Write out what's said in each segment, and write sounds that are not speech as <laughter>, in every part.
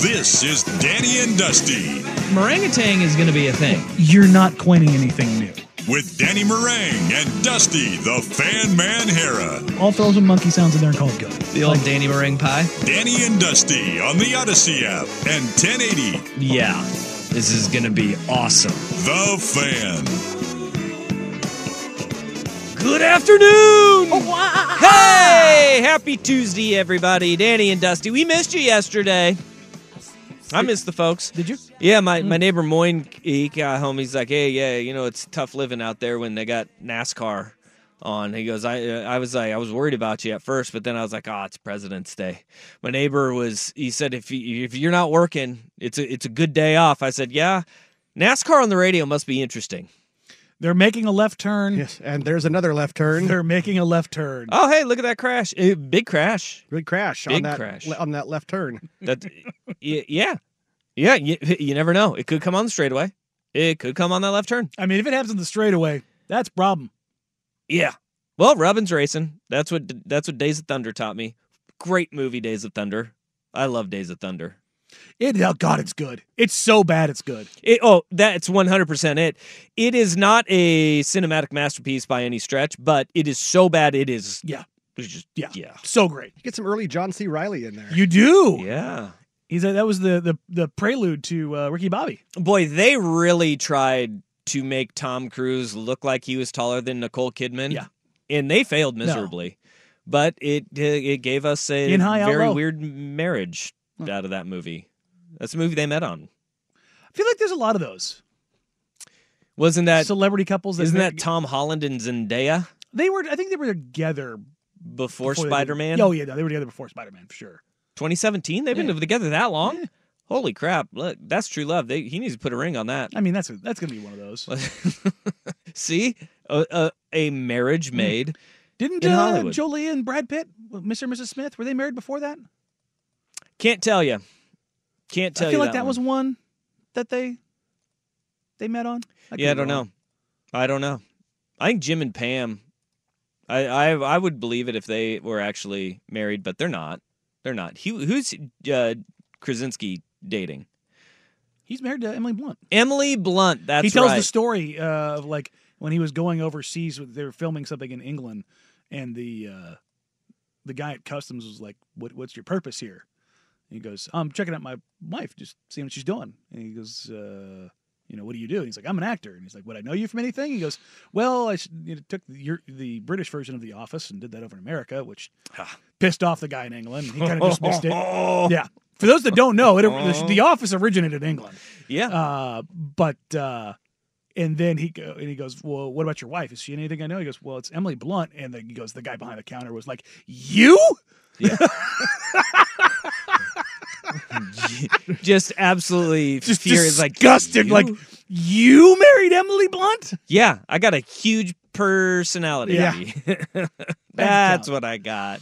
This is Danny and Dusty Meringatang is going to be a thing. You're not coining anything new. with Danny Meringue and Dusty the Fan Man Hera. I'll throw some monkey sounds in there and call it good. The old Danny Meringue pie? Danny and Dusty on the Odyssey app and 1080 Yeah. This is going to be awesome. The Fan. Good afternoon! Oh, Hey! Happy Tuesday, everybody. Danny and Dusty, we missed you yesterday. I missed the folks. Did you? Mm. Yeah, my, my neighbor Moyne, he got home. He's like, hey, yeah, you know, it's tough living out there when they got NASCAR on. He goes, I uh, I was like, I was worried about you at first, but then I was like, oh, it's President's Day. My neighbor was, he said, if you, if you're not working, it's a, it's a good day off. I said, yeah, NASCAR on the radio must be interesting. They're making a left turn. Yes, and there's another left turn. They're making a left turn. Oh, hey, look at that crash. Eh, big crash. Good crash Big on that crash. le- on that left turn. That, y- yeah. Yeah, you, you never know. It could come on the straightaway. It could come on that left turn. I mean, if it happens in the straightaway, that's a problem. Yeah. Well, Robin's racing. That's what that's what Days of Thunder taught me. Great movie, Days of Thunder. I love Days of Thunder. It, oh, God, it's good. It's so bad, it's good. It, oh, that's one hundred percent it. It is not a cinematic masterpiece by any stretch, but it is so bad it is. Yeah. it's just Yeah. yeah, So great. Get some early John C. Riley in there. You do. yeah. He's a, that was the, the, the prelude to uh, Ricky Bobby. Boy, they really tried to make Tom Cruise look like he was taller than Nicole Kidman. Yeah. and they failed miserably. But it uh, it gave us a In high, out very low. weird marriage out of that movie. That's the movie they met on. I feel like there's a lot of those Wasn't that celebrity couples. That isn't make- that Tom Holland and Zendaya they were? I think they were together before, before they did- Spider Man? Oh yeah, no, they were together before Spider Man for sure. 2017. They've been together that long. Holy crap! Look, that's true love. They, he needs to put a ring on that. I mean, that's a, that's gonna be one of those. <laughs> See, a, a, a marriage Mm. made. Didn't In uh, Hollywood. Jolie and Brad Pitt, Mr. and Mrs. Smith, were they married before that? Can't tell you. Can't tell I feel you like that, one. was one that they they met on. could yeah, I be don't wrong. know. I don't know. I think Jim and Pam. I, I I would believe it if they were actually married, but they're not. They're not. He, who's uh, Krasinski dating? He's married to Emily Blunt. Emily Blunt. That's he tells right. the story uh, of like when he was going overseas, with- they were filming something in England, and the uh, the guy at customs was like, "What what's your purpose here?" And he goes, "I'm checking out my wife, just seeing what she's doing." And he goes, uh, "You know, what do you do?" And he's like, "I'm an actor." And he's like, "Would I know you from anything?" He goes, "Well, I s- you know, took the, your, the British version of The Office and did that over in America, which Ah. pissed off the guy in England. He kind of <laughs> dismissed it. Yeah." For those that don't know, it, the- Oh. the Office originated in England. Yeah. Uh, but uh, and then he go, and he goes, "Well, what about your wife? Is she anything I know?" He goes, "Well, it's Emily Blunt." And then he goes, "The guy behind the counter was like, you." <laughs> just absolutely <laughs> Just furious, like disgusted, "You?" like you married Emily Blunt. yeah, I got a huge personality. <laughs> that's what I got.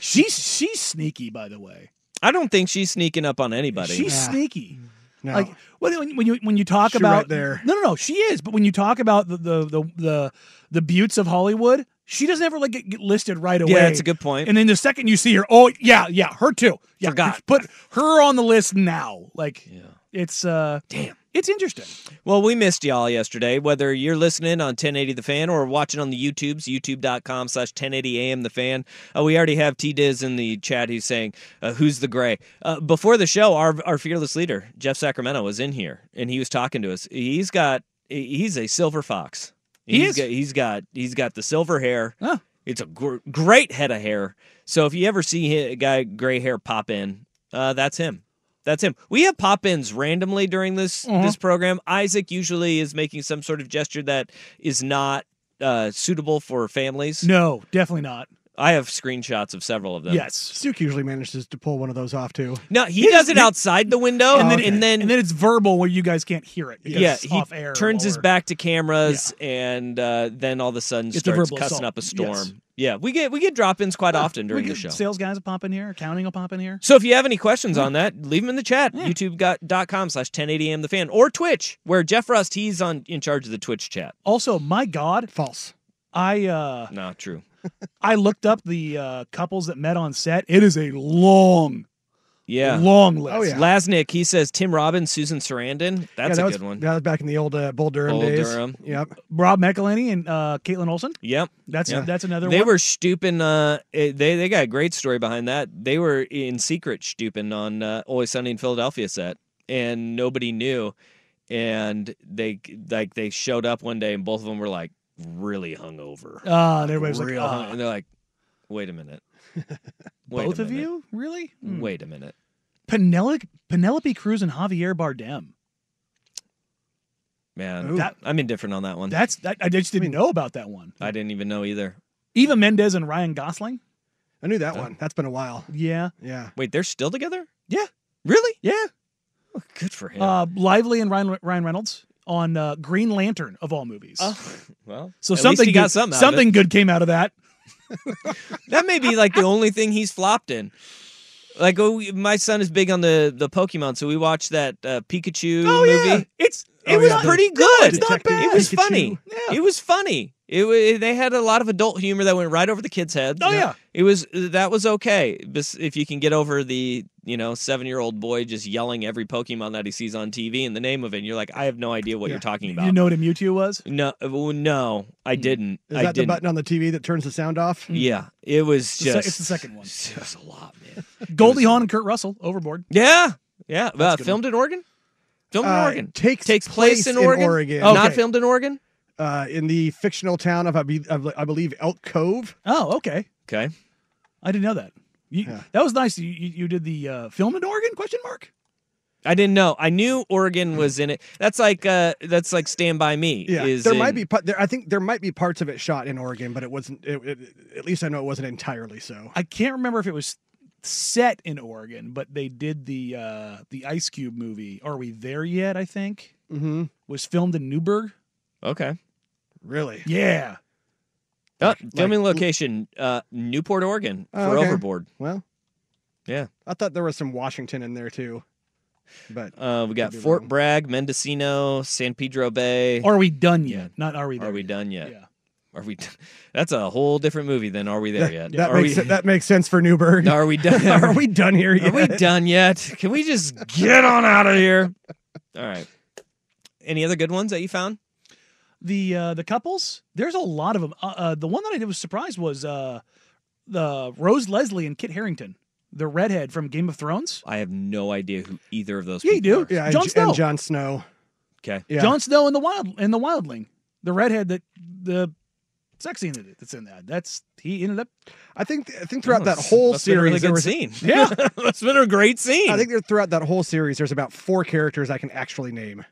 She's she's sneaky, by the way. I don't think she's sneaking up on anybody. She's Yeah. sneaky. No. Like when, when- when you when you talk She about right there. No, no, no. She is. But when you talk about the the the the, the beauts of Hollywood, she doesn't ever like get, get listed right away. yeah, that's a good point. And then the second you see her, oh yeah, yeah, her too. Yeah, Forgot. Put her on the list now. Like yeah. it's uh Damn. It's interesting. Well, we missed y'all yesterday. Whether you're listening on 1080 The Fan or watching on the YouTubes, youtube.com slash 1080 AM The Fan, uh, we already have T Diz in the chat who's saying, uh, Who's the gray? Uh, before the show, our, our fearless leader, Jeff Sacramento, was in here and he was talking to us. He's got, he's a silver fox. He He's is? Got, he's got he's got the silver hair. Huh. It's a gr- great head of hair. So if you ever see a guy gray hair pop in, uh, that's him. That's him. We have pop ins randomly during this Mm-hmm. this program. Isaac usually is making some sort of gesture that is not uh, suitable for families. No, definitely not. I have screenshots of several of them. Yes. Stuke usually manages to pull one of those off too. No, he, does it outside the window, and then, Oh, and then and then it's verbal where you guys can't hear it. because yeah, it's he off air turns his or- back to cameras, and uh, then all of a sudden It's a starts verbal cussing assault. up a storm. Yes. Yeah, we get we get drop ins quite often during We the could- show. Sales guys will pop in here. Accounting will pop in here. So if you have any questions Mm. on that, leave them in the chat, youtube.com slash 1080am the fan, or Twitch, where Jeff Rust, he's on in charge of the Twitch chat. Also, my God, False. I uh Nah, true. I looked up the uh couples that met on set. It is a long, Yeah. long list. Oh, yeah. Lasnik, he says Tim Robbins, Susan Sarandon. That's yeah, that a was, good one. That was back in the old uh, Bull Durham Bull days. Durham. Yep. Rob McElhenney and uh Caitlin Olsen. Yep. That's Yeah. that's another They one. were stooping. Uh, eh, they they got a great story behind that. They were in secret stooping on uh, Always Sunny in Philadelphia set, and nobody knew. And they like they showed up one day, and both of them were like really hungover. uh, and everybody's like, Real hung- uh, Uh-huh. and they're like, wait a <laughs> minute. Wait a both of minute. you really? Hmm. Wait a minute. Penelope Penelope Cruz and Javier Bardem. Man, Ooh. That- I'm indifferent on that one. That's that. I just didn't know about that one. I didn't even know either. Eva Mendes and Ryan Gosling. I knew that one. That's been a while. Yeah. Yeah. Wait, they're still together? Yeah. Really? Yeah. Oh, good for him. Uh, Lively and Ryan Ryan Reynolds on uh, Green Lantern of all movies. Oh, <laughs> well, Uh, so at least something he got good, something. out of it. something good came out of that. That may be like the only thing he's flopped in. Like oh, we- my son is big on the the Pokemon, so we watched that uh, Pikachu movie. Oh, It's It Oh, was yeah, the- pretty good. it's not Detective bad. It was Pikachu. funny. Yeah. It was funny. It, wa- they had a lot of adult humor that went right over the kids' heads. Oh, yeah. It was that was okay. This- If you can get over the you know seven year old boy just yelling every Pokemon that he sees on TV and the name of it, and you're like, I have no idea what you're talking about. you know what a Mewtwo was? no, well, no, I didn't. Mm. Is I that the didn't. button on the TV that turns the sound off? Yeah, it was the just se- it's the second <laughs> one. It's just a lot, man. Goldie Hawn and Kurt Russell, Overboard. Yeah, yeah. Uh, filmed in Oregon. Filmed in Uh, Oregon. takes place, place in in Oregon. Oregon. Not Okay. filmed in Oregon. Uh, in the fictional town of I, be, of, I believe Elk Cove. Oh, okay. Okay. I didn't know that. You, Yeah. That was nice. You, you, you did the uh, film in Oregon? Question mark. I didn't know. I knew Oregon was in it. That's like uh that's like Stand by Me. Hmm. Yeah, is there might in- be. pa- There, I think there might be parts of it shot in Oregon, but it wasn't. It, it- at least I know it wasn't entirely so. I can't remember if it was set in Oregon, but they did the uh, the Ice Cube movie. Are we there yet? I think Mm-hmm. was filmed in Newburgh. Okay. Really? Yeah. Oh, Like- filming like- location uh Newport, Oregon Oh, for okay. Overboard. Well, Yeah. I thought there was some Washington in there too, but Uh we got Could be Fort wrong. Bragg, Mendocino, San Pedro Bay. Are we done Yeah. yet? Not are we there? Are we done yet? Yeah. Are we That's a whole different movie than Are We There Yet? that are makes we that makes sense for <laughs> Newberg. Are we done? <laughs> Are we done <laughs> here Are yet? we done yet? Can we just get on out of here? All right. Any other good ones that you found? The uh, the couples. There's a lot of them. Uh, uh, the one that I did was surprised was uh, the Rose Leslie and Kit Harrington, the redhead from Game of Thrones. I have no idea who either of those Yeah, you people do. are. <laughs> Yeah, and, Jon J- Snow. and Jon Snow. Okay. Yeah. Jon Snow and the wild and the wildling, the redhead that the sex scene that- that's in that. That's he ended up. I think I think throughout that Oh, That's- whole that's been series, a really there good was, scene. Yeah. <laughs> that's been a great scene. I think there, throughout that whole series, there's about four characters I can actually name.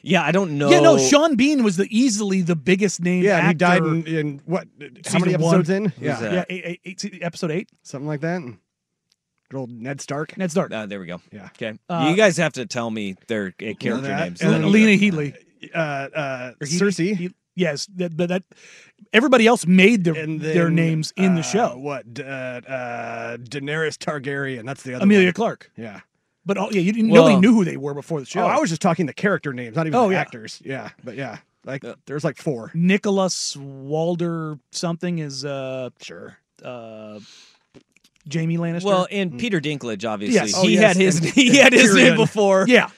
yeah, I don't know. Yeah, no. Sean Bean was the easily the biggest name. Yeah, and he actor. died in, in what? How many Season one. episodes in? Yeah, that? Yeah, eight, eight, eight, episode eight. something like that. Good old Ned Stark. Ned Stark. Ah, there we go. Yeah. Okay. Uh, you guys have to tell me their uh, character that- names. and Let and me Lena know. Headey. uh, uh, Or Headey- Cersei. Headey- yes, that, but that everybody else made their and then, their names in the uh, show. What? D- Uh, uh, Daenerys Targaryen. That's the other. Amelia one. Clark. Yeah. But all, yeah, you didn't, Well- nobody knew who they were before the show. Oh, I was just talking the character names, not even Oh, the yeah. actors. Yeah, but yeah, like there's like four. Nicholas Walder something is uh Sure. uh Jamie Lannister. Well, and Peter Dinklage, obviously, Yes. Oh, he Mm. yes, had his and- <laughs> he had his name Tyrion. before. yeah,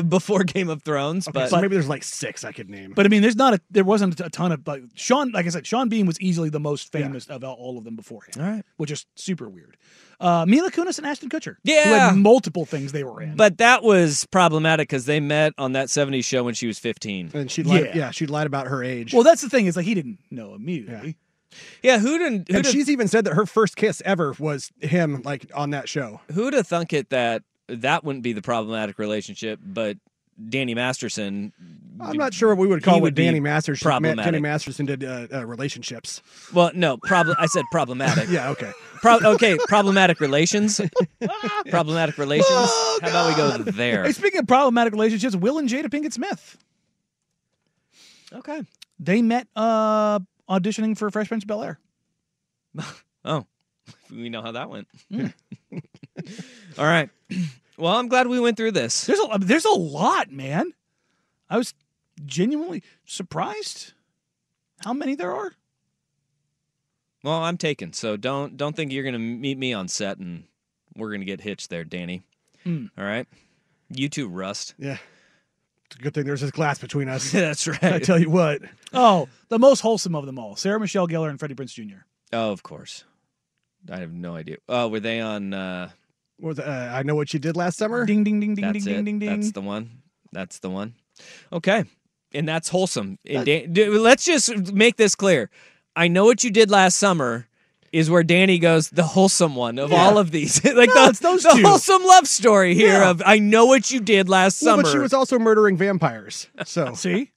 <laughs> before Game of Thrones, Okay, but so maybe there's like six I could name. But I mean, there's not a there wasn't a ton of like Sean. Like I said, Sean Bean was easily the most famous of all- all of them beforehand. All right. which is super weird. Uh, Mila Kunis and Ashton Kutcher. who Yeah. had multiple things they were in. but that was problematic because they met on that '70s show when she was 15. and she lied, Yeah. yeah. she lied about her age. well, that's the thing is like he didn't know immediately. Yeah, who didn't? Who and she's even said that her first kiss ever was him, like on that show. who'd have thunk it that that wouldn't be the problematic relationship, but Danny Masterson. I'm not sure what we would call He what would be Danny Masterson, problematic. Danny Masterson did uh, uh, relationships. Well, no, problem. I said problematic. <laughs> Yeah, okay. Pro- okay, problematic <laughs> relations. problematic relations. How about we go there? Hey, speaking of problematic relationships, Will and Jada Pinkett Smith Okay. they met uh, auditioning for Fresh Prince of Bel Air. Oh, we know how that went. <laughs> All right. Well, I'm glad we went through this. There's a uh, there's a lot, man. I was genuinely surprised how many there are. Well, I'm taken, so don't don't think you're gonna meet me on set and we're gonna get hitched there, Danny. All right. You too, Rust. Yeah. It's a good thing there's this glass between <laughs> us. <laughs> That's I right. tell you what. Oh, the most wholesome of them all: Sarah Michelle Gellar and Freddie Prince Jr. Oh, of course. I have no idea. Oh, were they on? Uh, what was it, uh, I know what you did last summer. Ding ding ding ding that's ding it. ding ding ding. That's the one. That's the one. Okay, and that's wholesome. And Dan- d- let's just make this clear. I know what you did last summer is where Danny goes the wholesome one of all of these. <laughs> like No, the, it's those the two. wholesome love story here Yeah. of I know what you did last Well, summer. but she was also murdering vampires. <laughs> So, See.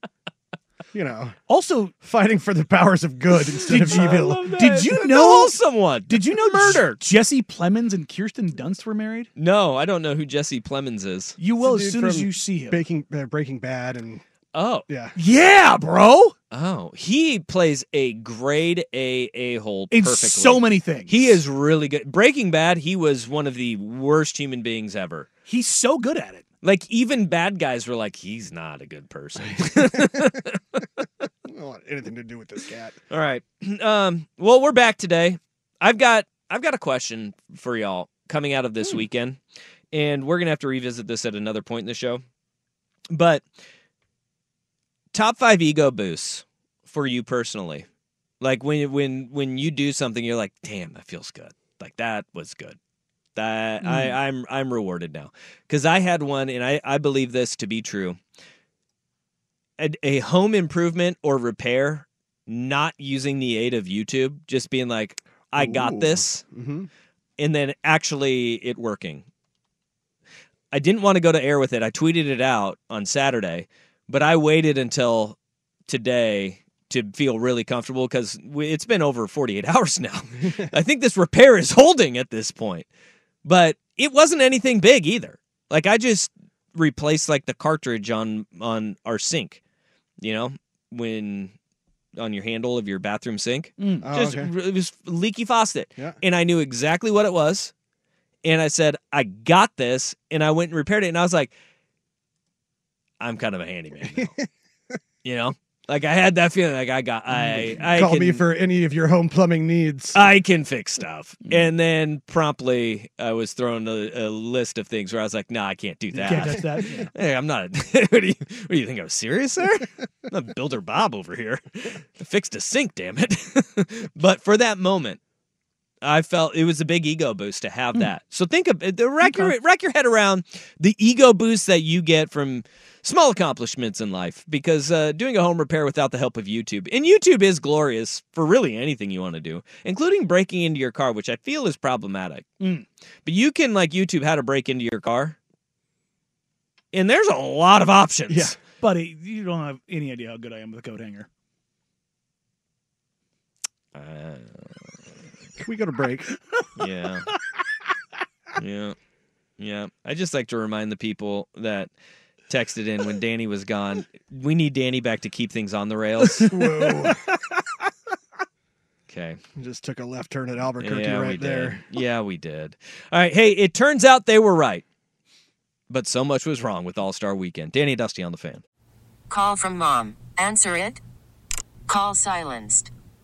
you know, Also, fighting for the powers <laughs> of good instead of evil. did you the know? wholesome one? Did you know <laughs> murder? Jesse Plemons and Kirsten Dunst were married? No, I don't know who Jesse Plemons is. You will It's a as dude soon as from you see him. Baking, uh, Breaking Bad and Oh, yeah. yeah, bro. oh, he plays a grade A a hole In perfectly. so many things, He is really good. Breaking Bad, he was one of the worst human beings ever. He's so good at it. Like even bad guys were like, he's not a good person. I don't want anything to do with this cat. All right. <clears throat> Um, well, we're back today. I've got I've got a question for y'all coming out of this weekend, and we're gonna have to revisit this at another point in the show. But top five ego boosts for you personally, like when when when you do something, you're like, damn, that feels good. Like that was good. That I, I'm I'm rewarded now because I had one, and I I believe this to be true. A, a home improvement or repair not using the aid of YouTube, just being like, I got Ooh. this, hmm and then actually it working. I didn't want to go to air with it. I tweeted it out on Saturday, but I waited until today to feel really comfortable because it's been over 48 <laughs> hours now. I think this repair is holding at this point, but it wasn't anything big either. Like I just replaced like the cartridge on on our sink, you know, when on your handle of your bathroom sink Hmm. Oh, just okay. r- it was leaky faucet. Yeah. And I knew exactly what it was. And I said, I got this. And I went and repaired it. And I was like, I'm kind of a handyman now. <laughs> you know? Like I had that feeling like I got I I Mm. Call can, me for any of your home plumbing Uh, needs. I can fix stuff. Mm. And then promptly I was thrown a, a list of things where I was like, no, I can't do that. Can't touch that. Yeah. <laughs> Hey, I'm not. what, do you, what do you think? I was serious <laughs> there? I'm not Builder Bob over here. I fixed a sink, damn it. <laughs> but for that moment, I felt it was a big ego boost to have that. So think of it, rack, your, rack your head around the ego boost that you get from small accomplishments in life because uh, doing a home repair without the help of YouTube, and YouTube is glorious for really anything you want to do, including breaking into your car, which I feel is problematic. But you can like YouTube how to break into your car and there's a lot of options. Yeah. Buddy, you don't have any idea how good I am with a coat hanger. Uh, Can we go to break? <laughs> Yeah. yeah. Yeah. I just like to remind the people that texted in when Danny was gone. We need Danny back to keep things on the rails. <laughs> Whoa. Okay. Just took a left turn at Albuquerque we right there. Did. Yeah, we did. All right. Hey, it turns out they were right. But so much was wrong with All Star Weekend. Danny Dusty on the fan. Call from mom. Answer it. Call silenced.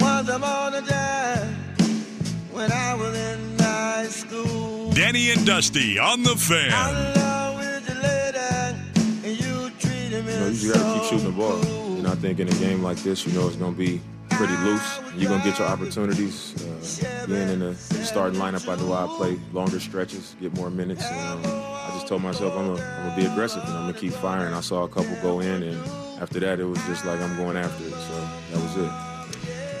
Was upon a time when I was in high school. Danny and Dusty on the I was fan. in love with the lady, and you treated me You, know, you just so gotta keep shooting the ball. cool. And I think in a game like this, you know it's gonna be pretty loose. You're gonna get your opportunities. Uh, being in the starting lineup, I know I play longer stretches, get more minutes. And, um, I just told myself I'm gonna, I'm gonna be aggressive and I'm gonna keep firing. I saw a couple go in, and after that, it was just like I'm going after it. So that was it.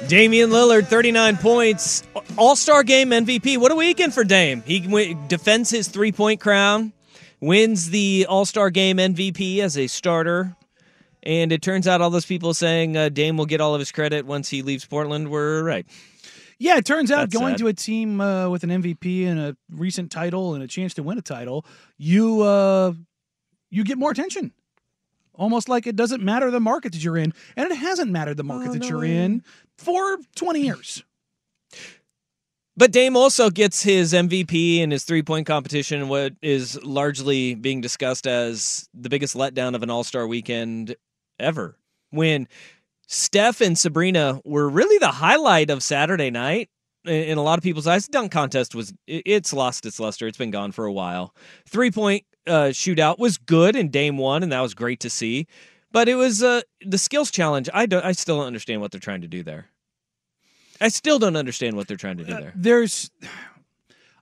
Damian Lillard, 39 points, All Star Game MVP. What a weekend for Dame. He w- defends his three point crown, wins the All Star Game MVP as a starter. And it turns out all those people saying uh, Dame will get all of his credit once he leaves Portland were right. Yeah, it turns out That's going sad. to a team uh, with an MVP and a recent title and a chance to win a title, you uh, you get more attention. Almost like it doesn't matter the market that you're in, and it hasn't mattered the Oh, market that you're in for 20 years. But Dame also gets his MVP and his three point competition, in what is largely being discussed as the biggest letdown of an All Star weekend ever. When Steph and Sabrina were really the highlight of Saturday night in- in a lot of people's eyes. Dunk contest was i- it's lost its luster. It's been gone for a while. Three point uh, shootout was good and Dame won, and that was great to see. But it was uh, the skills challenge. I don't, I still don't understand what they're trying to do there. I still don't understand what they're trying to do there. There's,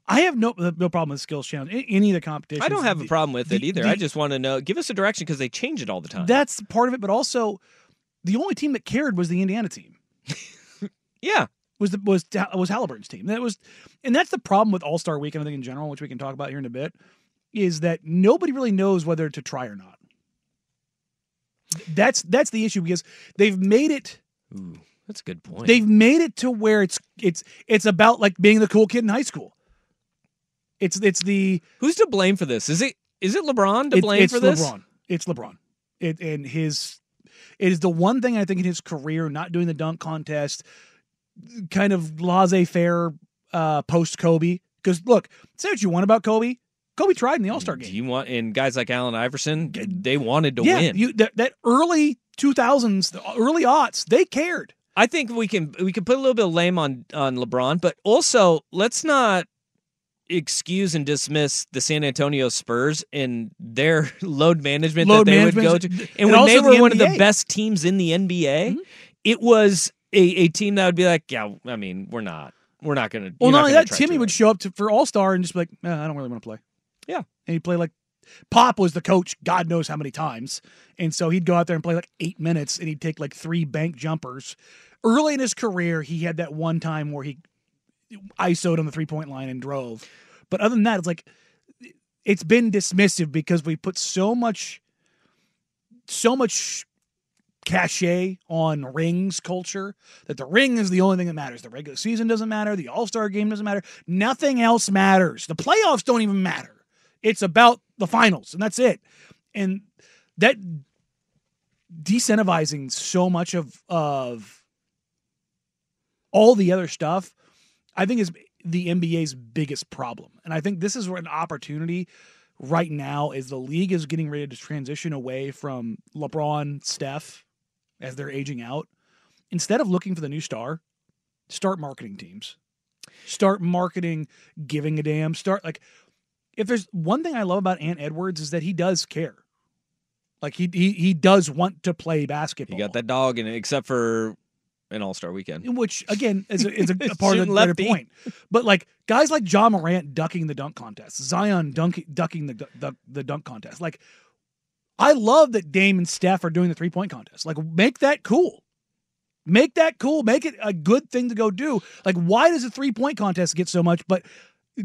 I have no no problem with skills challenge a- any of the competitions. I don't have a The- problem with it the- either. the- I just uh, want to know. Give us a direction because they change it all the time. that's part of it, but also the only team that cared was the Indiana team. yeah, was the, was was Halliburton's team. That was, and that's the problem with All Star Weekend. I think in general, which we can talk about here in a bit, is that nobody really knows whether to try or not. That's that's the issue because they've made it Ooh, that's a good point. they've made it to where it's it's it's about like being the cool kid in high school. It's it's the Who's to blame for this? Is it is it LeBron to it- blame it's for this? LeBron. It's LeBron. It and his it is the one thing I think in his career not doing the dunk contest, kind of laissez faire uh, post Kobe. Because look, say what you want about Kobe, Kobe tried in the All Star Do game. you want and guys like Allen Iverson, they wanted to yeah, win. you that, that early two thousands, the early aughts, they cared. I think we can we can put a little bit of lame on on LeBron, but also let's not excuse and dismiss the San Antonio Spurs and their <laughs> load management Load that they would management, go to. and And, when they were also the Mm-hmm. one of the NBA. best teams in the NBA, it was a, a team that would be like, yeah, I mean, we're not, we're not going to. Well, not only that, Timmy would show up to, for All Star and just be like, "Eh, I don't really want to play. Yeah. and he'd play like Pop was the coach, God knows how many times, and so he'd go out there and play like eight minutes, and he'd take like three bank jumpers. Early in his career, he had that one time where he ISO'd on the three point line and drove, But other than that, it's like it's been dismissive because we put so much, so much cachet on rings culture that the ring is the only thing that matters. The regular season doesn't matter. The All Star game doesn't matter. Nothing else matters. The playoffs don't even matter. It's about the finals, and that's it. And that decentivizing so much of of all the other stuff, I think is the NBA's biggest problem. And I think this is where an opportunity right now is the league is getting ready to transition away from LeBron, Steph as they're aging out. Instead of looking for the new star, start marketing teams. Start marketing, giving a damn. Start like if there's one thing I love about Ant Edwards is that he does care. Like he he he does want to play basketball. You got that dog in it, except for an All Star weekend. Which again is a, <laughs> is a part of the Shooting greater lefty. point. But like guys like John Morant ducking the dunk contest, Zion dunk, ducking the, the the dunk contest. Like I love that Dame and Steph are doing the three point contest. Like make that cool. Make that cool. Make it a good thing to go do. Like why does the three point contest get so much? But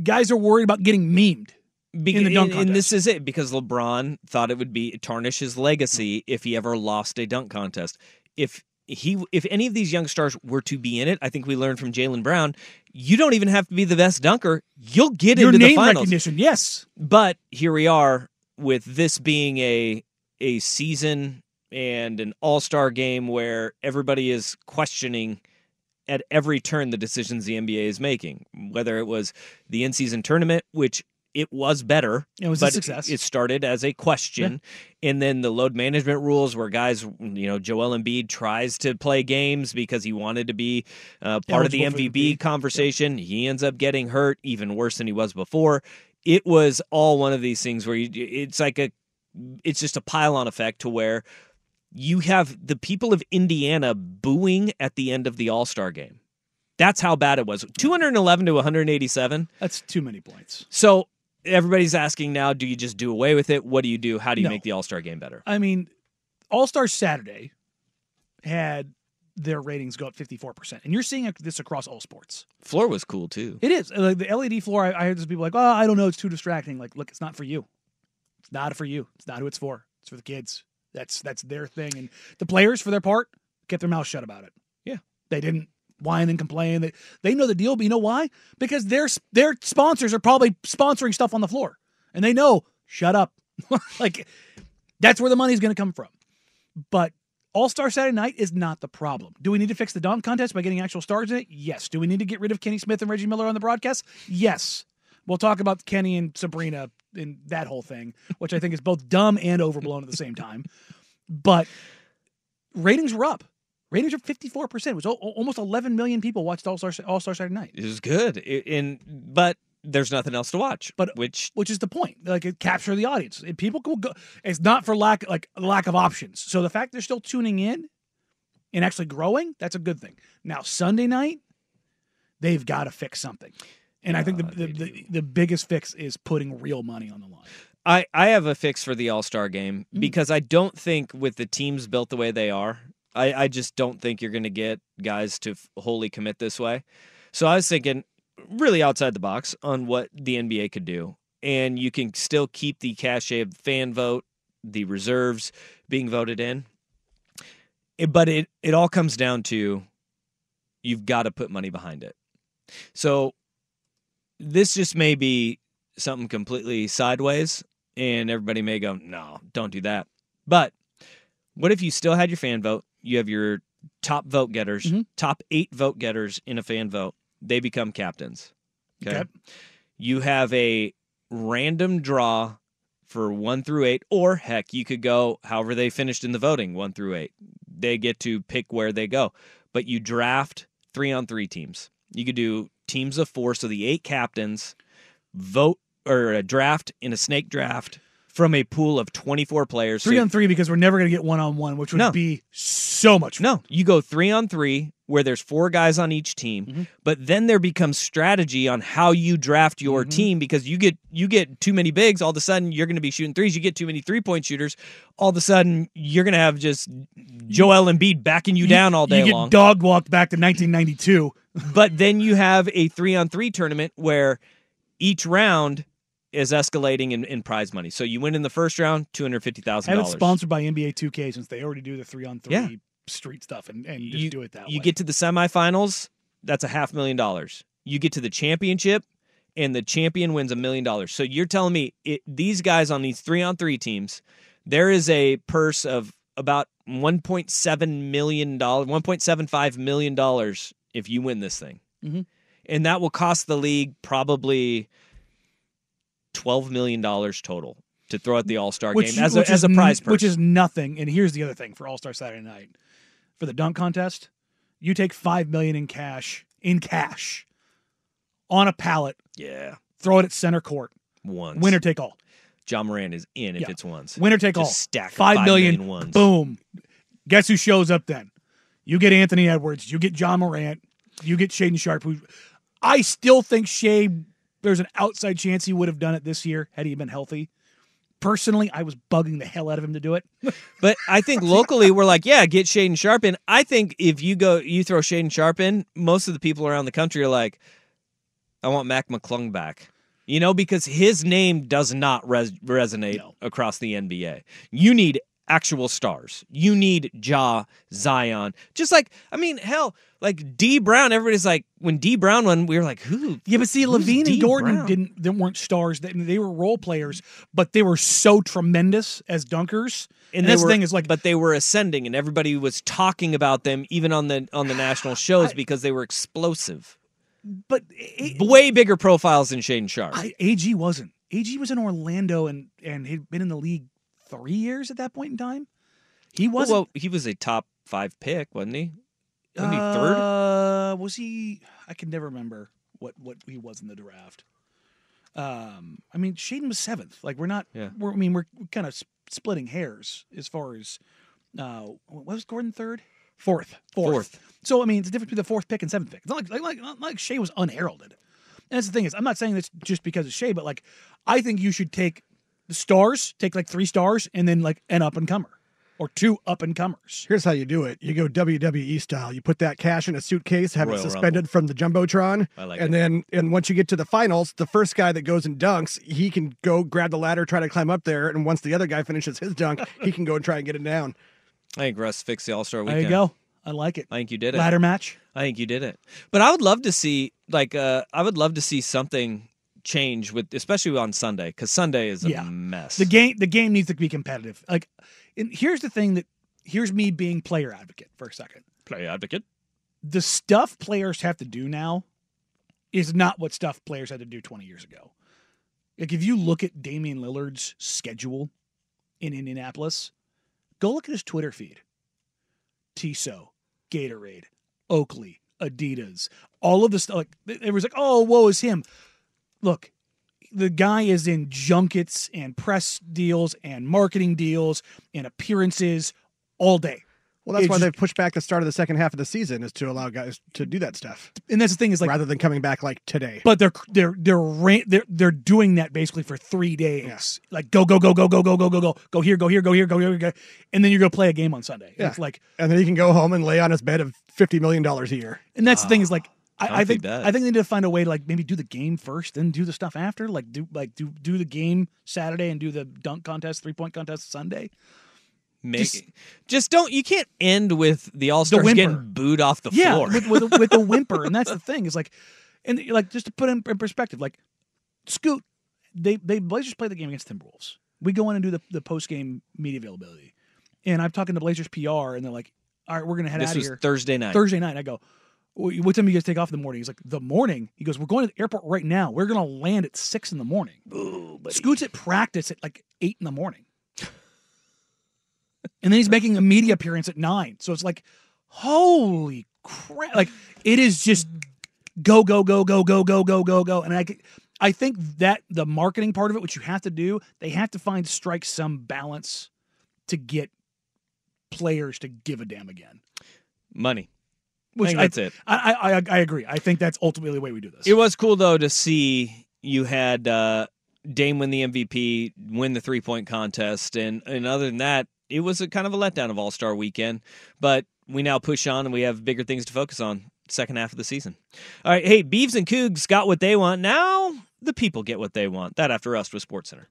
guys are worried about getting memed. Beca- in the dunk and, contest. and this is it because LeBron thought it would be tarnish his legacy if he ever lost a dunk contest. If he, if any of these young stars were to be in it, I think we learned from Jalen Brown, you don't even have to be the best dunker. You'll get Your into name the finals. recognition, yes. But here we are with this being a a season and an All Star game where everybody is questioning at every turn the decisions the NBA is making, whether it was the in season tournament, which it was better. It was a but success. It started as a question. And then the load management rules, where guys, you know, Joel Embiid tries to play games because he wanted to be uh, part of the Eligible for MVP conversation. He ends up getting hurt even worse than he was before. It was all one of these things where you, it's like a, it's just a pile on effect to where you have the people of Indiana booing at the end of the All Star game. That's how bad it was 211 to 187. That's too many points. So everybody's asking now do you just do away with it? What do you do? How do you No. make the All Star game better? I mean, All Star Saturday had their ratings go up 54%. And you're seeing this across all sports. Floor was cool too. It is. Uh, Like the LED floor, I, I heard these people like, oh, I don't know, it's too distracting. Like, look, it's not for you. It's not for you. It's not who it's for. It's for the kids. That's that's their thing. And the players, for their part, kept their mouth shut about it. Yeah. They didn't whine and complain. They, they know the deal, but you know why? Because their their sponsors are probably sponsoring stuff on the floor. And they know, shut up. <laughs> like that's where the money's gonna come from. But all Star Saturday night is not the problem. Do we need to fix the dunk contest by getting actual stars in it? Yes. Do we need to get rid of Kenny Smith and Reggie Miller on the broadcast? Yes. We'll talk about Kenny and Sabrina and that whole thing, which I think is both dumb and overblown at the same time. But ratings were up. Ratings were 54%. It was al- almost 11 million people watched All Star All Star Saturday night. It was good. It, and but there's nothing else to watch. But- which which is the point. Like it capture the audience. It, people will go. It's not for lack like lack of options. So the fact they're still tuning in and actually growing, that's a good thing. Now Sunday night, they've got to fix something, and I think the the, the the biggest fix is putting real money on the line. I, I have a fix for the All Star game because I don't think with the teams built the way they are, I, I just don't think you're going to get guys to f- wholly commit this way. So I was thinking really outside the box on what the NBA could do. And you can still keep the cachet of fan vote, the reserves being voted in. It- but it, it all comes down to you've got to put money behind it. So this just may be something completely sideways and everybody may go, no, don't do that. But what if you still had your fan vote? You have your top vote getters, top eight vote getters in a fan vote. They become captains. Okay. You have a random draw for one through eight, or heck, you could go however they finished in the voting, one through eight. They get to pick where they go. But you draft three on three teams. You could do teams of four, so the eight captains vote or a draft in a snake draft from a pool of 24 players. Three So- on three because we're never going to get one on one, which would No. be so much. No, you go three on three where there's four guys on each team, Mm-hmm. but then there becomes strategy on how you draft your Mm-hmm. team because you get you get too many bigs, all of a sudden you're going to be shooting threes. You get too many three point shooters, all of a sudden you're going to have just Joel Embiid backing you, down all day you get long. dog walked back to 1992. but then you have a three on three tournament where each round is escalating in, in prize money. So you win in the first round, two hundred fifty thousand Have it dollars. sponsored by NBA 2K since they already do the three on Yeah. three street stuff and, and just You- do it that you way. get to the semifinals, that's a half million dollars. You get to the championship, and the champion wins a million dollars. So you're telling me it, these guys on these three on three teams, there is a purse of about one point seven million dollars, one point seven five million dollars if you win this thing, Mhm. and that will cost the league probably twelve million dollars total to throw at the All Star game as a, as a is prize n- purse. Which is nothing. And here's the other thing for All Star Saturday Night, for the dunk contest, you take five million in cash in cash on a pallet, yeah, throw it at center court, once winner take all, John Moran is in if Yeah. it's ones. winner take Just all, Stack five million, million ones. boom. Guess who shows up then? You get Anthony Edwards, you get John Morant, you get Shaden Sharp. Who I still think Shea, there's an outside chance he would have done it this year had he been healthy. Personally, I was bugging the hell out of him to do it. But I <laughs> think locally we're like, yeah, get Shaden Sharp in. I think if you go, you throw Shaden Sharp in, most of the people around the country are like, I want Mac McClung back. You know, because his name does not res- resonate across the NBA. You need actual stars. You need Ja, Zion. Just like, I mean, hell, like D Brown, everybody's like, when D Brown won, we were like, who? Yeah, but see, who's Levine Dee and Gordon Brown? didn't they weren't stars. They, they were role players, but they were so tremendous as dunkers. And this they were- thing is like but they were ascending, and everybody was talking about them, even on the on the <sighs> national shows, because they were explosive. But way bigger profiles than Shane Sharp. I, AG wasn't. AG was in Orlando and and he'd been in the league three years at that point in time. He wasn't. Well, he was a top five pick, wasn't he? Wasn't he third? Uh, was he? I can never remember what what he was in the draft. Um, I mean, Shaden was seventh. Like we're not. Yeah. We're, I mean, we're kind of sp- splitting hairs as far as. Uh, what was Gordon third? Fourth. Fourth. So I mean, it's the difference between the fourth pick and seventh pick. It's not like like like, not like Shea was unheralded. And that's the thing is, I'm not saying this just because of Shea, but like, I think you should take the stars, take like three stars, and then like an up and comer or two up and comers. Here's how you do it: you go WWE style. You put that cash in a suitcase, have Royal it suspended from the jumbotron, I like and it. then and once you get to the finals, the first guy that goes and dunks, he can go grab the ladder, try to climb up there, and once the other guy finishes his dunk, he can go and try and get it <laughs> down. I think Russ fixed the All Star There weekend. you go. I like it. I think you did it. Ladder match. I think you did it. But I would love to see like uh I would love to see something change with especially on Sunday because Sunday is a Yeah. mess. The game the game needs to be competitive. Like and here's the thing that here's me being player advocate for a second. Play advocate. The stuff players have to do now is not what stuff players had to do 20 years ago. Like if you look at Damian Lillard's schedule in Indianapolis, go look at his Twitter feed. Tiso, Gatorade, Oakley, Adidas, all of the stuff. Like everyone's like, oh, woe is him. Look, the guy is in junkets and press deals and marketing deals and appearances all day. Well, that's It's why just- they've pushed back the start of the second half of the season is to allow guys to do that stuff, and that's the thing is like rather than coming back like today. But they're they're they're ran, they're they're doing that basically for three days. Like go go go go go go go go go go here go here go here go here go, and then you're gonna play a game on Sunday. And Yeah. It's like and then he can go home and lay on his bed of fifty million dollars a year. and that's the thing is like I, Ah, I comfy think bed. I think they need to find a way to like maybe do the game first, then do the stuff after. Like do like do do the game Saturday and do the dunk contest, three point contest Sunday. Make, Just- just, don't you can't end with the All Stars whimper. getting booed off the yeah, floor. with with a, <laughs> with a whimper, and that's the thing is like, and like just to put in, in perspective, like Scoot, they they Blazers play the game against Timberwolves. We go in and do the the post game media availability, and I'm talking to Blazers PR, and they're like, "All right, we're gonna head This out of was here Thursday night. Thursday night, I go. "Wh- What time do you guys take off in the morning? He's like, the morning. He goes, we're going to the airport right now. We're gonna land at six in the morning. Scoots at practice at like eight in the morning, <laughs> and then he's making a media appearance at nine. So it's like, holy crap! Like it is just go go go go go go go go go. And I, c- I think that the marketing part of it, which you have to do, they have to find strike some balance to get players to give a damn again. Money. Which I think that's it. I, I I I agree. I think that's ultimately the way we do this. It was cool though to see you had uh, Dame win the MVP, win the three point contest, and and other than that, it was a kind of a letdown of All Star Weekend. But we now push on and we have bigger things to focus on second half of the season. All right, hey, Beavs and Cougs got what they want. Now the people get what they want. That after us was SportsCenter.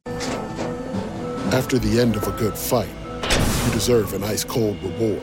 After the end of a good fight, you deserve an ice cold reward.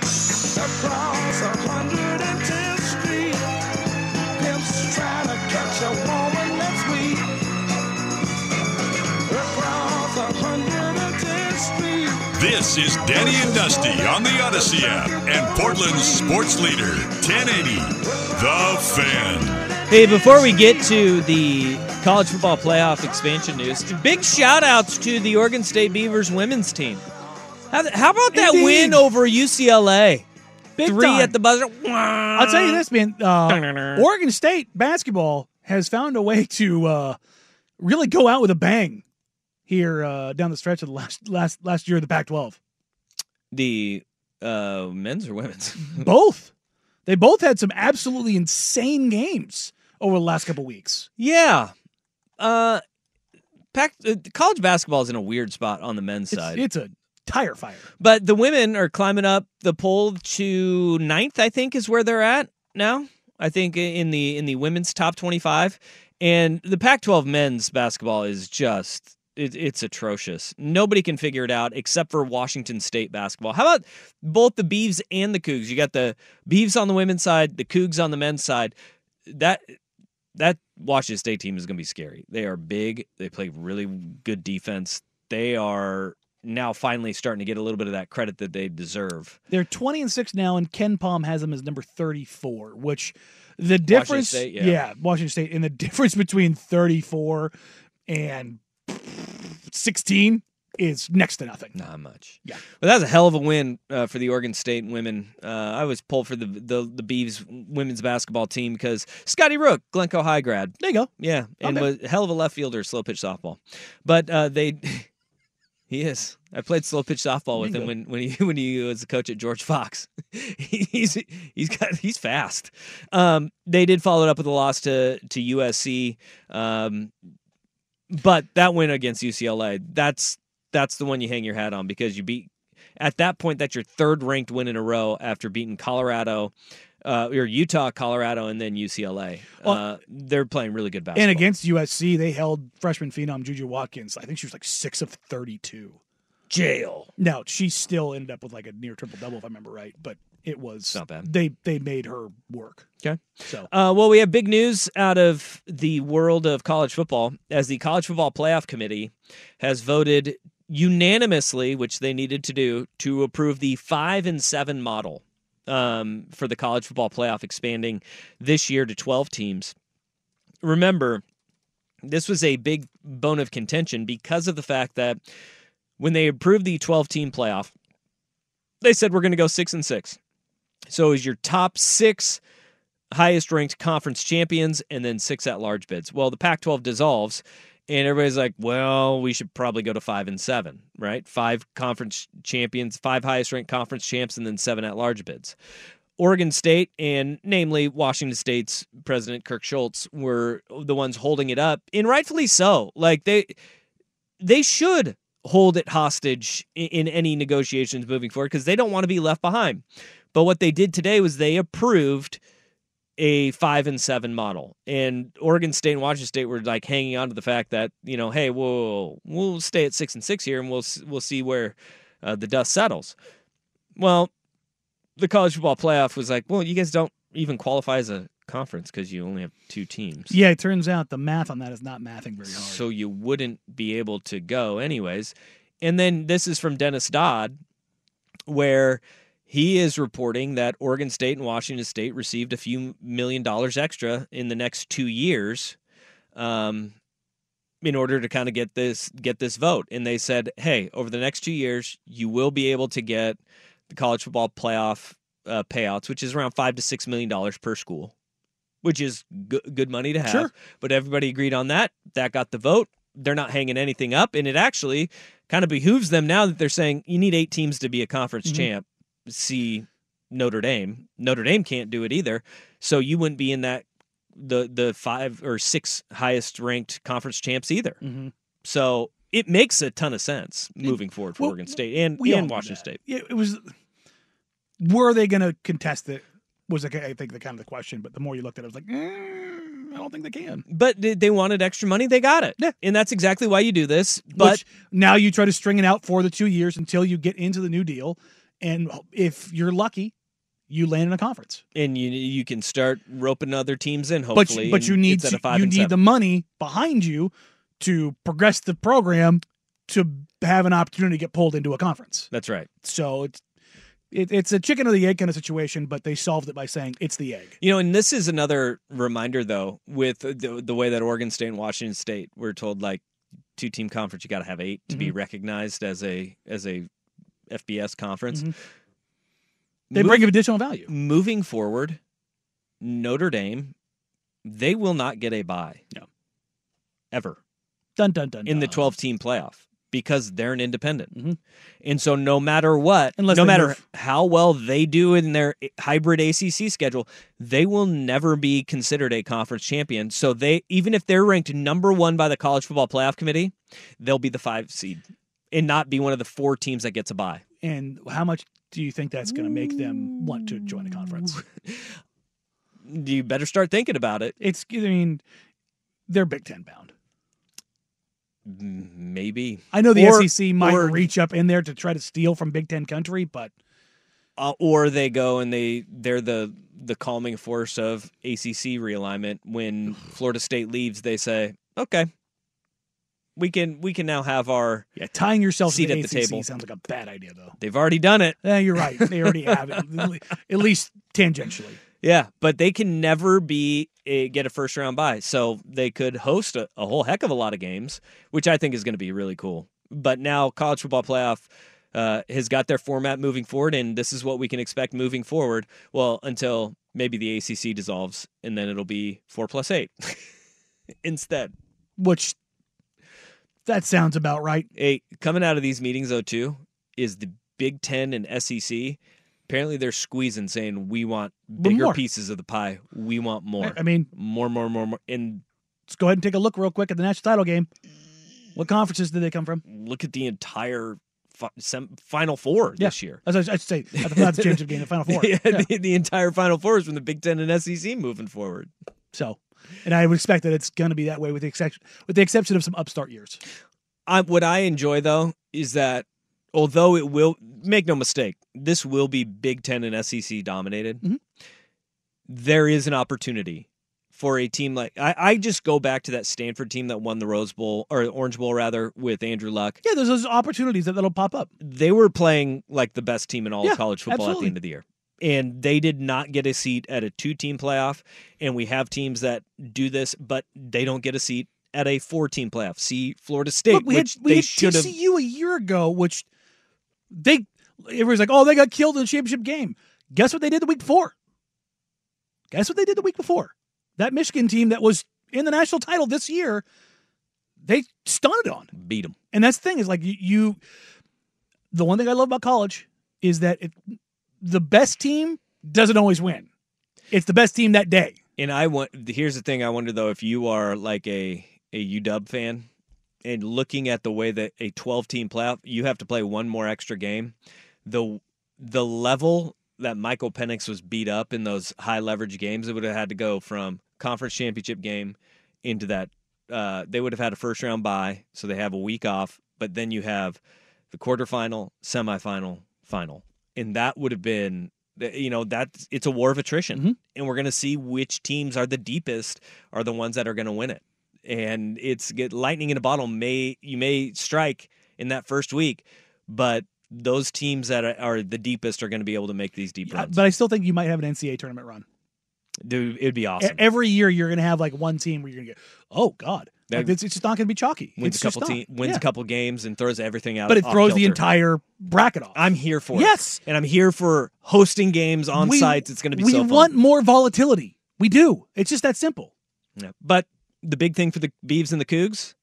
Across 110th Street, pimps trying to catch a woman that's weak. Across 110th Street. This is Danny and Dusty on the Odyssey app and Portland's sports leader, 1080, The Fan. Hey, before we get to the college football playoff expansion news, big shout outs to the Oregon State Beavers women's team. How, how about that Indeed. win over UCLA? Big Three time. at the buzzer. I'll tell you this, man. Uh, Oregon State basketball has found a way to uh, really go out with a bang here uh, down the stretch of the last last last year of the Pac-12. The uh, men's or <laughs> women's? Both they both had some absolutely insane games over the last couple weeks. Yeah. Uh, pac- uh, college basketball is in a weird spot on the men's side. It's a tire fire. But the women are climbing up the poll to ninth, I think, is where they're at now. I think in the in the women's top twenty-five, and the Pac-12 men's basketball is just it, it's atrocious. Nobody can figure it out except for Washington State basketball. How about both the Beavs and the Cougs? You got the Beavs on the women's side, the Cougs on the men's side. That that Washington State team is going to be scary. They are big. They play really good defense. They are now finally starting to get a little bit of that credit that they deserve. They're 20 and 6 now, and Ken Palm has them as number 34, which the difference. State, yeah. Washington State. And the <laughs> difference between 34 and 16 is next to nothing. Not much. Yeah. But that was a hell of a win uh, for the Oregon State women. Uh, I was pulled for the the, the Beavs women's basketball team because Scotty Rook, Glencoe High grad. There you go. Yeah, and Okay. was a hell of a left fielder, slow pitch softball. But uh, they, <laughs> he is. I played slow pitch softball with him Bingo. when when he <laughs> when he was a coach at George Fox. <laughs> he's he's got he's fast. Um, they did follow it up with a loss to to USC. Um, but that win against UCLA, that's that's the one you hang your hat on because you beat at that point that's your third ranked win in a row after beating Colorado uh, or Utah, Colorado, and then UCLA. uh, they're playing really good basketball. And against USC, they held freshman phenom Juju Watkins. I think she was like 6 of 32. jail. Now, she still ended up with like a near triple double, if I remember right, but it was. Not bad. They, they made her work. Okay. So. Uh, well, we have big news out of the world of college football as the College Football Playoff Committee has voted unanimously, which they needed to do, to approve the five and seven model um, for the College Football Playoff expanding this year to 12 teams. Remember, this was a big bone of contention because of the fact that when they approved the 12 team playoff, they said we're going to go six and six. So is your top six highest ranked conference champions and then six at large bids. Well, the Pac 12 dissolves and everybody's like, well, we should probably go to five and seven, right? Five conference champions, five highest ranked conference champs, and then seven at large bids. Oregon State and namely Washington State's president Kirk Schultz were the ones holding it up, and rightfully so. Like they they should hold it hostage in, in any negotiations moving forward because they don't want to be left behind. But what they did today was they approved a five and seven model, and Oregon State and Washington State were like hanging on to the fact that you know, hey, we'll we'll stay at six and six here, and we'll s- we'll see where uh, the dust settles. Well, the college football playoff was like, well, you guys don't even qualify as a conference because you only have two teams. Yeah, it turns out the math on that is not mathing very hard. So you wouldn't be able to go anyways. And then this is from Dennis Dodd, where he is reporting that Oregon State and Washington State received a few million dollars extra in the next two years, um, in order to kind of get this get this vote. And they said, "Hey, over the next two years, you will be able to get the college football playoff uh, payouts, which is around five to six million dollars per school, which is g- good money to have. Sure. But everybody agreed on that. That got the vote. They're not hanging anything up, and it actually kind of behooves them now that they're saying you need eight teams to be a conference Mhm. champ. See Notre Dame. Notre Dame can't do it either, so you wouldn't be in that the the five or six highest ranked conference champs either. Mhm. So it makes a ton of sense moving forward for well, Oregon State and, we all and knew Washington that. State. Yeah, it was. Were they going to contest it? Was like, I think the kind of the question. But the more you looked at it, I was like, "Mm, I don't think they can. But they- they wanted extra money. They got it. And that's exactly why you do this. But Which now you try to string it out for the two years until you get into the new deal, and if you're lucky, you land in a conference. and you you can start roping other teams in But hopefully. you, but you and need it's at to- a five you and need the seven. money behind you to progress the program to have an opportunity to get pulled into a conference. That's right. So it's it, it's a chicken or the egg kind of situation, but they solved it by saying it's the egg. You know, and this is another reminder though with the, the way that Oregon State and Washington State were told like two team conference you got to have 8 to be Mhm. recognized as a as a FBS conference. Mhm. They bring additional value. Moving forward, Notre Dame they will not get a bye. No. Ever. Dun dun dun. in the 12 team playoff because they're an independent. And so no matter what, Mm-hmm. Unless no they matter move. how well they do in their hybrid ACC schedule, they will never be considered a conference champion. So they even if they're ranked number 1 by the college football playoff committee, they'll be the 5 seed and not be one of the four teams that gets a bye. And how much do you think that's going to make them want to join a conference? You better start thinking about it. It's I mean they're Big Ten bound. M- Maybe. I know the Or- SEC might or- reach up in there to try to steal from Big Ten country, but uh, or they go and they they're the the calming force of ACC realignment. When Florida State leaves, they say, "Okay, we can we can now have our yeah tying yourself seat to the at the ACC table." sounds like a bad idea though. They've already done it. Yeah, you're right. They already have it, <laughs> at least tangentially. Yeah, but they can never be a, get a first round bye, so they could host a, a whole heck of a lot of games, which I think is going to be really cool. But now college football playoff. Uh, has got their format moving forward, and this is what we can expect moving forward. Well, until maybe the ACC dissolves, and then it'll be four plus eight <laughs> instead. Which that sounds about right. Hey, coming out of these meetings though too is the Big Ten and SEC. Apparently they're squeezing, saying we want But bigger more. pieces of the pie. We want more. I mean- more, more, more, more. And Let's go ahead and take a look real quick at the national title game. What conferences did they come from? look at the entire fi- sem- Final Four Yeah. this year. As I, I should say, at the playoff championship game, the final four. <laughs> yeah, Yeah. The, the entire Final Four is from the Big Ten and SEC moving forward. So, and I would expect that it's going to be that way with the exception with the exception of some upstart years. I, what I enjoy though is that although it will make no mistake, this will be Big Ten and SEC dominated. Mm-hmm. There is an opportunity for a team like I, I just go back to that Stanford team that won the Rose Bowl or Orange Bowl rather with Andrew Luck. Yeah, there's those opportunities that that'll pop up. They were playing like the best team in all Yeah, of college football at absolutely. the end of the year. And they did not get a seat at a two team playoff. And we have teams that do this, but they don't get a seat at a four team playoff. See Florida State, Look, we had which we they had should have TCU a year ago, which they everybody's like, oh, they got killed in the championship game. Guess what they did the week before? Guess what they did the week before? That Michigan team that was in the national title this year, they stunned on. beat them. And that's the thing is like you, you the one thing I love about college is that it, the best team doesn't always win. It's the best team that day. And I want here's the thing I wonder though if you are like a a UW fan and looking at the way that a 12 team playoff you have to play one more extra game the the level that Michael Penix was beat up in those high leverage games it would have had to go from conference championship game into that uh, they would have had a first round bye so they have a week off but then you have the quarterfinal semifinal final and that would have been that- you know that it's a war of attrition and we're going to see which teams are the deepest are the ones that are going to win it and it's get lightning in a bottle may you may strike in that first week, but those teams that are, are the deepest are going to be able to make these deep runs. But I still think you might have an NCAA tournament run. Dude, it'd be E- awesome. Every year you're going to have like one team where you're going to go, oh god, That- like, it's, it's just not going to be chalky. wins It's a couple just not. team, wins Yeah. a couple games and throws everything out. but it off throws the kilter. entire bracket off. I'm here for it. Yes. and I'm here for hosting games on We- sites. It's going to be We so fun. want more volatility. We do. It's just that simple. Yeah. But the big thing for the Beavs and the Cougs,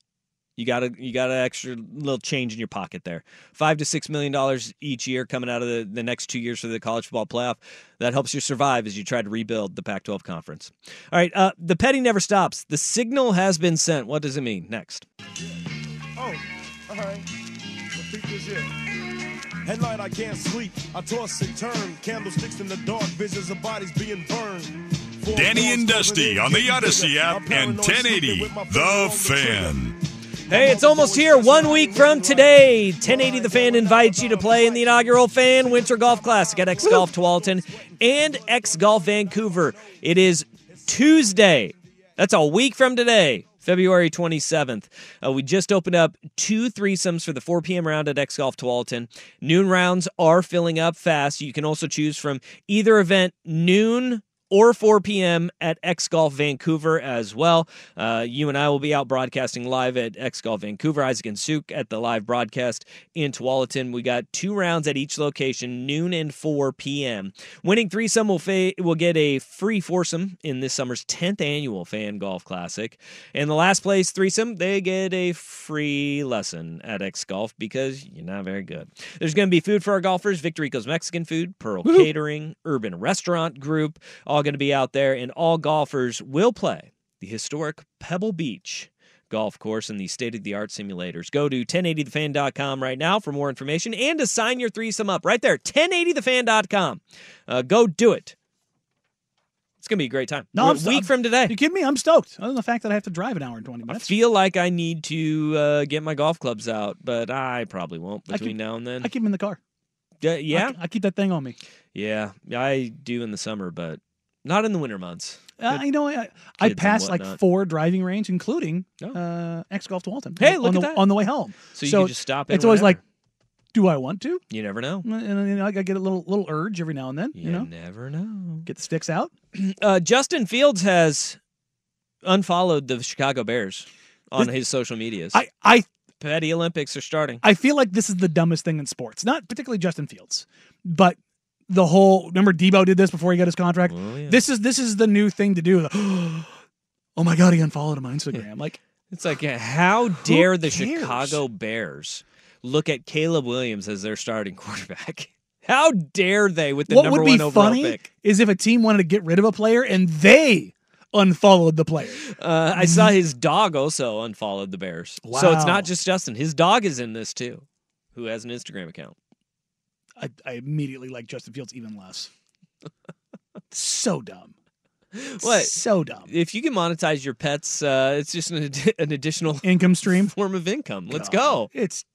you got to you got an extra little change in your pocket there. Five to six million dollars each year coming out of the, the next two years for the college football playoff. That helps you survive as you try to rebuild the Pac-12 conference. All right, uh, the petty never stops. The signal has been sent. What does it mean? Next. Oh, all right. Repeat this here. At night I can't sleep. I toss and turn. Candlesticks in the dark. Visions of bodies being burned. Four Danny and walls Dusty on the Odyssey app and 1080 The Fan. Hey, it's almost here. One week from today, 1080 The Fan invites you to play in the inaugural Fan Winter Golf Classic at X Golf Tualatin and X Golf Vancouver. It is Tuesday. That's a week from today, February 27th. Uh, we just opened up two threesomes for the 4 p.m. round at X Golf Tualatin. Noon rounds are filling up fast. You can also choose from either event noon or 4 p.m. at X Golf Vancouver as well. Uh, you and I will be out broadcasting live at X Golf Vancouver. Isaac and Suk at the live broadcast in Tualatin. We got two rounds at each location, noon and 4 p.m. Winning threesome will fa- will get a free foursome in this summer's 10th annual Fan Golf Classic, and the last place threesome they get a free lesson at X Golf because you're not very good. There's going to be food for our golfers. Victorico's Mexican Food, Pearl Catering, Urban Restaurant Group, all going to be out there, and all golfers will play the historic Pebble Beach golf course and the state of the art simulators. Go to 1080thefan.com right now for more information and to sign your threesome up right there, 1080thefan.com. Uh, go do it. It's going to be a great time. No, We're I'm a st- week I'm- from today. <laughs> You kidding me? I'm stoked. Other than the fact that I have to drive an hour and twenty I minutes. feel like I need to uh, get my golf clubs out, but I probably won't I keep- between now and then. I keep them in the car. Yeah, yeah, I, I keep that thing on me. yeah. I do in the summer, but not in the winter months. Uh, Good you know, I, I kids and passed like whatnot. Oh. four driving range, including uh, X Golf to Walton. Hey, on look the, at that. on the way home. So you can just stop in It's always whenever. like, do I want to? You never know. And, and, you know, I get a little little urge every now and then. You, know, never know. get the sticks out. Uh, Justin Fields has unfollowed the Chicago Bears on his social medias. I, I Petty Olympics are starting. I feel like this is the dumbest thing in sports. Not particularly Justin Fields, but the whole remember Debo did this before he got his contract. Oh, This is this is the new thing to do. <gasps> oh my god, he unfollowed him on Instagram. Like It's like, uh, how dare the cares? Chicago Bears look at Caleb Williams as their starting <laughs> quarterback? How dare they with the what number would be one overall funny pick? is if a team wanted to get rid of a player and they unfollowed the player. Uh, I saw his dog also unfollowed the Bears. So it's Wow. not just Justin. His dog is in this too, who has an Instagram account. I, I immediately like Justin Fields <laughs> even less. so dumb. What? So dumb. If you can monetize your pets, uh, it's just an, ad- <laughs> an additional income stream form of income. Let's go. Uh, It's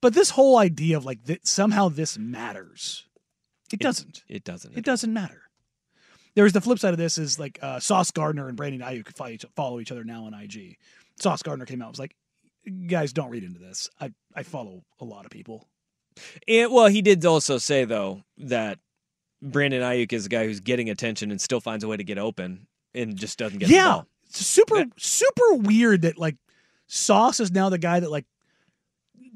but this whole idea of like that somehow this matters. It doesn't. It doesn't. It doesn't matter. There's the flip side of this is like uh, Sauce Gardner and Brandon Ayuk follow each, follow each other now on IG. Sauce Gardner came out and was like, "Guys, don't read into this. I I follow a lot of people. And well, he did also say though that Brandon Ayuk is a guy who's getting attention and still finds a way to get open and just doesn't get the yeah, ball. it's super super weird that like Sauce is now the guy that like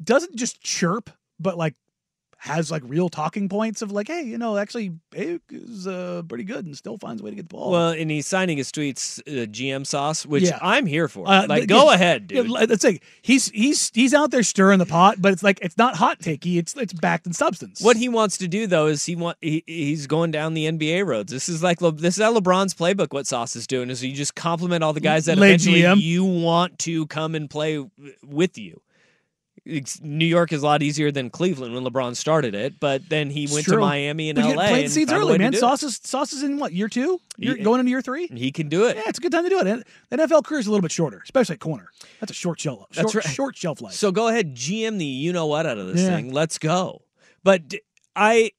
doesn't just chirp, but like has like real talking points of like, hey, you know, actually Ayuk is uh, pretty good and still finds a way to get the ball. Well, and he's signing his tweets uh, GM sauce, which Yeah. I'm here for. Uh, like, th- go yeah, ahead, yeah, dude. li- that's like he's he's he's out there stirring the pot, but it's like it's not hot takey. It's it's backed in substance. What he wants to do though is he want he, he's going down the NBA roads. This is like Le- this is how LeBron's playbook. What Sauce is doing is you just compliment all the guys that Lay eventually GM. you want to come and play w- with you. It's, New York is a lot easier than Cleveland when LeBron started it, but then he It's went to true. Miami and But he LA. Played the and seeds found a early, way to man. do it. Sauce is, sauce is in what year two? You're He- going into year three. He can do it. Yeah, it's a good time to do it. And an NFL career is a little bit shorter, especially at corner. That's a short shelf. Short, That's right. short shelf life. So go ahead, GM the you know what out of this Yeah. thing. Let's go. But d- I,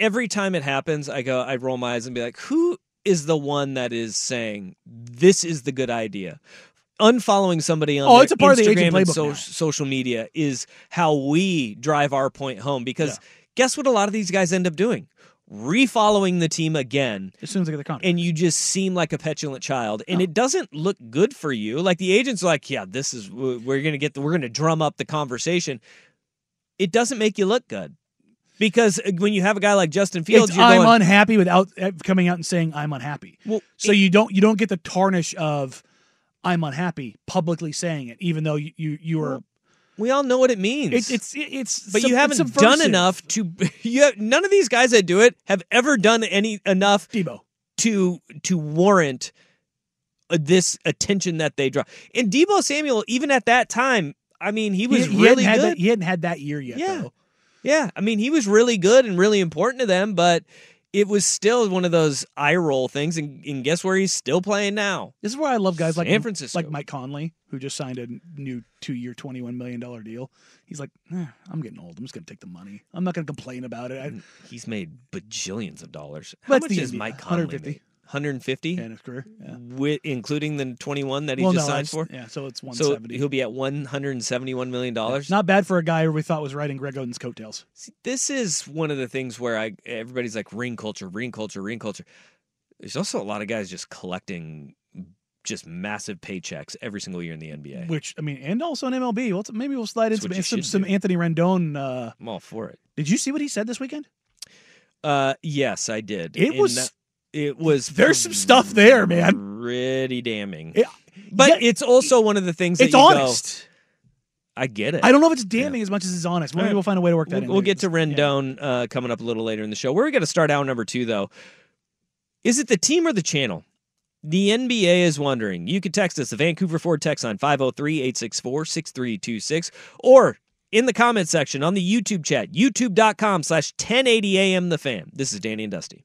every time it happens, I go, I roll my eyes and be like, who is the one that is saying this is the good idea? unfollowing somebody on Oh, their it's a part of the Instagram agent and playbook so- now. social media is how we drive our point home. Because guess what? A lot of these guys end up doing refollowing the team again as soon as they get the contract. And you just seem like a petulant child, and it doesn't look good for you. Like the agent's like, yeah, this is we're going to get the, we're going to drum up the conversation. It doesn't make you look good. Because uh, when you have a guy like Justin Fields, It's, you're I'm going, unhappy without uh, coming out and saying I'm unhappy. so you don't you don't get the tarnish of I'm unhappy publicly saying it, even though you you, you are. We all know what it means. It, it's it, it's but sub- you it's haven't done subversive. enough to <laughs> you have, none of these guys that do it have ever done any enough Debo. to to warrant uh, this attention that they draw and Debo Samuel even at that time I mean he was he, he hadn't really had good That, he hadn't had that year yet. Yeah. though. yeah I mean he was really good and really important to them but it was still one of those eye roll things and, and guess where he's still playing now This is where I love guys like San Francisco. like Mike Conley, who just signed a new two-year, twenty-one million dollar deal. He's like, eh, I'm getting old. I'm just gonna take the money. I'm not gonna complain about it. I, he's made bajillions of dollars But how it's much the is NBA, Mike Conley 150. 150 in his career yeah. with, including the 21 that he Well, just no, signed that's- for. yeah, so it's So 170. he'll be at 171 million dollars. Not bad for a guy who we thought was riding Greg Oden's coattails. This is one of the things where I everybody's like ring culture, ring culture, ring culture. There's also a lot of guys just collecting just massive paychecks every single year in the NBA. Which I mean, and also in MLB. Well, maybe we'll slide in That's what some you some, should some Anthony Rendon. Uh, I'm all for it. did you see what he said this weekend? Uh, yes, I did. It And was- that- it was There's some stuff there, man. pretty damning. It- but it's also one of the things that It's you go, honest. I get it. I don't know if it's damning as much as it's honest. Maybe All right. we'll find a way to work that We'll, in. we'll get to Rendon uh, coming up a little later in the show. We're going to start hour number two, though. Is it the team or the channel? The NBA is wondering. You can text us the Vancouver Ford text line 503 864 6326 or in the comment section on the YouTube chat, youtube.com slash 1080 AM The Fan. This is Danny and Dusty.